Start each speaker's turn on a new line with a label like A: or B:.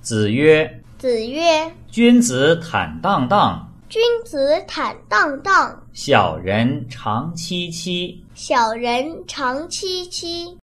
A: 子曰
B: 子曰：“
A: 君子坦荡荡，：“
B: 君子坦荡荡，
A: 小人长戚戚。”
B: 小人长戚戚。”